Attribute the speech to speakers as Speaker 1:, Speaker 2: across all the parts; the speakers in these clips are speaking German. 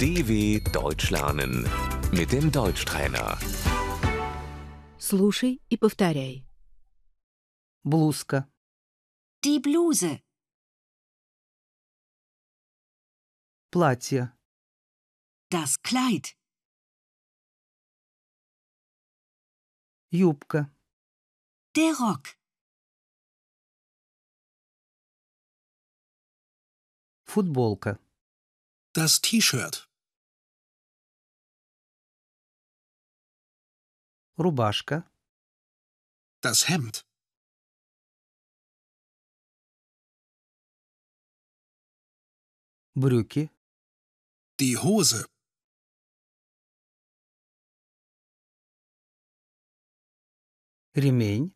Speaker 1: DW Deutsch lernen mit dem Deutschtrainer.
Speaker 2: Слушай и повторяй.
Speaker 3: блузка,
Speaker 4: Die Bluse,
Speaker 3: платье,
Speaker 4: das Kleid,
Speaker 3: юбка,
Speaker 4: der Rock,
Speaker 3: футболка,
Speaker 5: Das T-Shirt,
Speaker 3: рубашка,
Speaker 5: das Hemd,
Speaker 3: брюки,
Speaker 5: die Hose,
Speaker 3: ремень,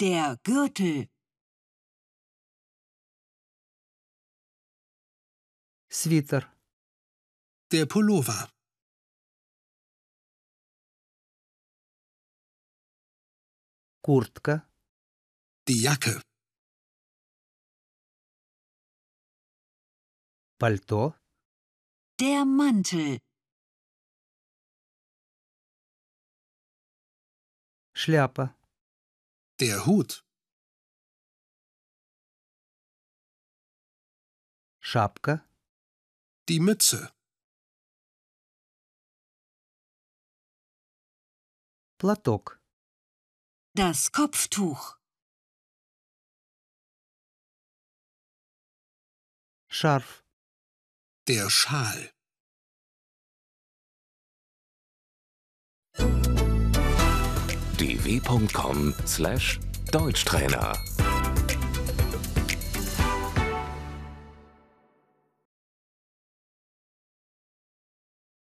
Speaker 4: der Gürtel,
Speaker 3: свитер,
Speaker 5: der Pullover,
Speaker 3: куртка,
Speaker 5: die Jacke,
Speaker 3: пальто,
Speaker 4: der Mantel,
Speaker 3: шляпа,
Speaker 5: der Hut,
Speaker 3: шапка,
Speaker 5: die Mütze,
Speaker 3: платок,
Speaker 4: das Kopftuch,
Speaker 3: шарф,
Speaker 5: der Schal.
Speaker 1: dw.com/deutschtrainer